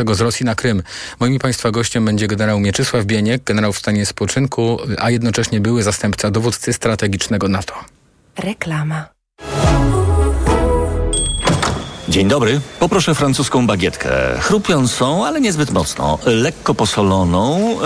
z Rosji na Krym. Moim i Państwa gościem będzie generał Mieczysław Bieniek, generał w stanie spoczynku, a jednocześnie były zastępca dowódcy strategicznego NATO. Reklama. Dzień dobry. Poproszę francuską bagietkę. Chrupiącą, ale niezbyt mocno. Lekko posoloną. e,